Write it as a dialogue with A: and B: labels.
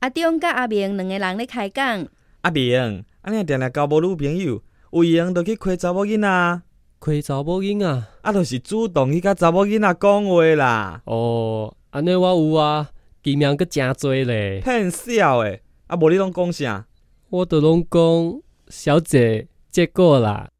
A: 阿中甲阿明两个人咧开讲，
B: 阿明，啊安尼定定交无女朋友，有闲就去开查某囡仔，啊，
C: 开查某囡仔，
B: 就是主动去甲查某囡仔讲话啦，
C: 哦，安尼我有啊，机名阁诚多咧，
B: 骗笑诶！啊，无你拢讲啥？
C: 我都拢讲小姐结果啦，